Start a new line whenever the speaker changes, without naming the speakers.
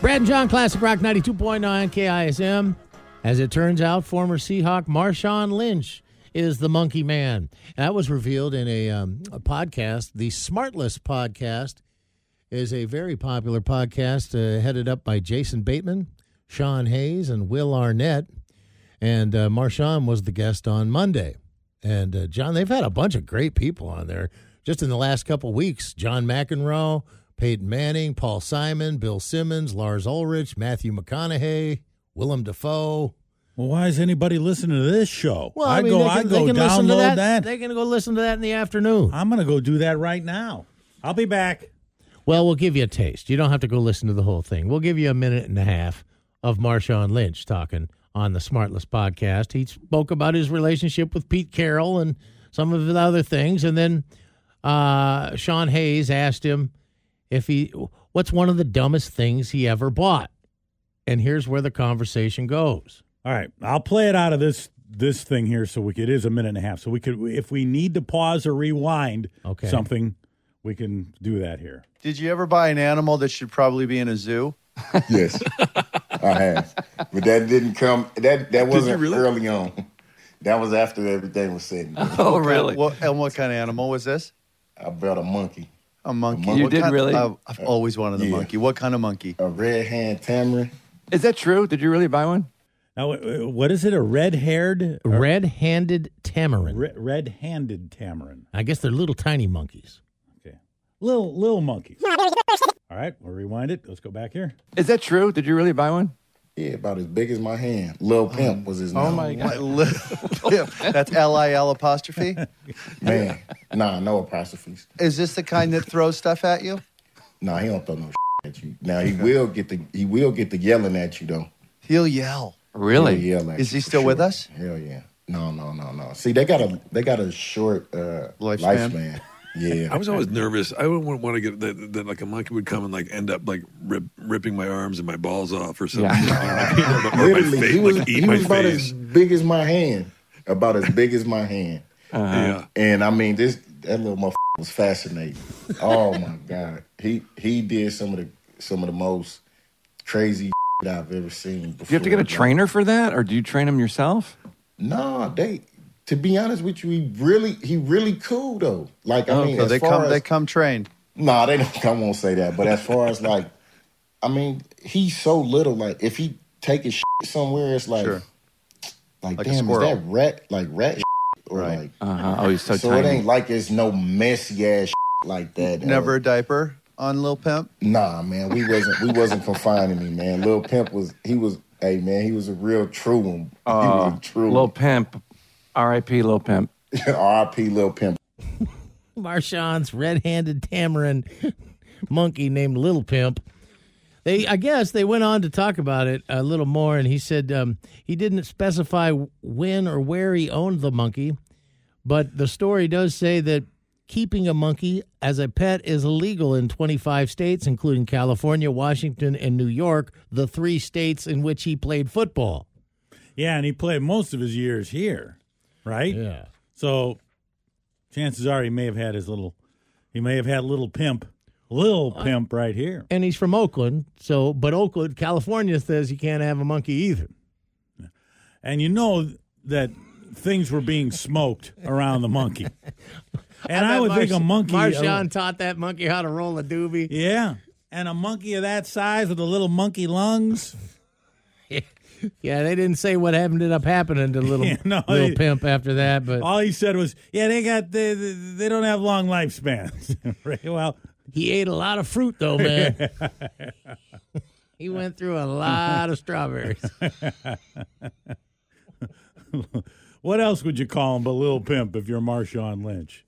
Brad and John, Classic Rock 92.9 KISM. As it turns out, former Seahawk Marshawn Lynch is the monkey man. That was revealed in a, um, a podcast. The Smartless podcast is a very popular podcast uh, headed up by Jason Bateman, Sean Hayes, and Will Arnett. And uh, Marshawn was the guest on Monday. And uh, John, they've had a bunch of great people on there just in the last couple weeks. John McEnroe, Peyton Manning, Paul Simon, Bill Simmons, Lars Ulrich, Matthew McConaughey, Willem Dafoe.
Well, why is anybody listening to this show? I go, I go
listen to
download that.
They can go listen to that in the afternoon.
I'm going to go do that right now. I'll be back.
Well, we'll give you a taste. You don't have to go listen to the whole thing. We'll give you a minute and a half of Marshawn Lynch talking on the Smartless podcast. He spoke about his relationship with Pete Carroll and some of the other things. And then uh, Sean Hayes asked him if he, what's one of the dumbest things he ever bought? And here's where the conversation goes.
All right, I'll play it out of this this thing here, so we could, it is a minute and a half, so we could if we need to pause or rewind
Okay.
something, we can do that here.
Did you ever buy an animal that should probably be in a zoo?
Yes, I have. But that didn't come. That that wasn't early on. That was after everything was said. and done.
Oh, really?
What, and what kind of animal was this?
I bought a monkey,
A monkey.
You
What
did
kind-
really?
I've, I've always wanted a
yeah.
monkey. What kind of monkey?
a red hand tamarin.
Is that true? Did you really buy one?
Now, uh, what is it? A red-haired,
Red-handed tamarin.
re- red-handed tamarin,
I guess they're little tiny monkeys.
little little monkey. All right, we'll rewind it. Let's go back here.
Is that true? Did you really buy one?
Yeah, about as big as my hand. Lil Pimp was his name. Oh my
My li- Yeah, That's L I L apostrophe.
man! Nah, no apostrophes.
Is this the kind that throws stuff at you?
Nah, he don't throw no at you. Now he will get the he will get the yelling at you though.
He'll yell.
Really?
He'll yell at
Is
you
he
for
still with
sure.
us?
Hell yeah! No, no, no, no. See, they got a they got a short uh,
Lifespan.
lifespan. Yeah,
I was always nervous. I wouldn't want to get that, that like a monkey would come and like end up like rip, ripping my arms and my balls off or something. Yeah. or my
Literally,
face,
he was,
like eat
he
my
was about
face.
as big as my hand. About as big as my hand.
yeah.
And I mean, this that little motherfucker was fascinating. Oh my god, he he did some of the some of the most crazy I've ever seen. Before.
Do you have to get a trainer for that, or do you train them yourself?
No, they. To be honest with you, he really he really cool though. Like
Oh,
I mean,
so
as
they
far
come.
as,
They come trained.
No, they don't. I won't say that. But as far as like, I mean, he's so little. Like, if he take his shit somewhere, it's like,
Sure.
like,
Like a
damn, is
squirrel.
that rat? Like rat? shit? Or
Right.
like,
Uh-huh. Oh, he's so,
so, it
tiny.
ain't like it's no messy ass shit like that.
Never
Uh,
a diaper on Lil Pimp.
nah, man, we wasn't we wasn't confining me, man. Lil Pimp was he was. Hey man, he was a real true one. he was
Uh,
a true
Lil
one.
Pimp, R.I.P. Lil Pimp.
R.I.P. Lil Pimp.
Marshawn's red-handed tamarin monkey named Little Pimp. They, I guess, they went on to talk about it a little more, and he said um, he didn't specify when or where he owned the monkey, but the story does say that keeping a monkey as a pet is illegal in 25 states, including California, Washington, and New York, the three states in which he played football.
Yeah, and he played most of his years here, right?
Yeah.
So chances are he may have had his little, he may have had little pimp, little
Uh,
pimp right here.
And he's from Oakland, so but Oakland, California says you can't have a monkey either.
And you know that things were being smoked around the monkey. And I,
bet
would think a
Marsh-
monkey. uh,
Marshawn taught that monkey how to roll a doobie.
yeah. And a monkey of that size with the little monkey lungs.
Yeah, they didn't say what ended up happening to little
Yeah, no,
little
they-
pimp after that, but
All he said was, "Yeah, they got they, they they don't have long lifespans." Right, well,
he ate a lot of fruit though, man. he went through a lot of strawberries.
what else would you call him but Lil Pimp if you're Marshawn Lynch?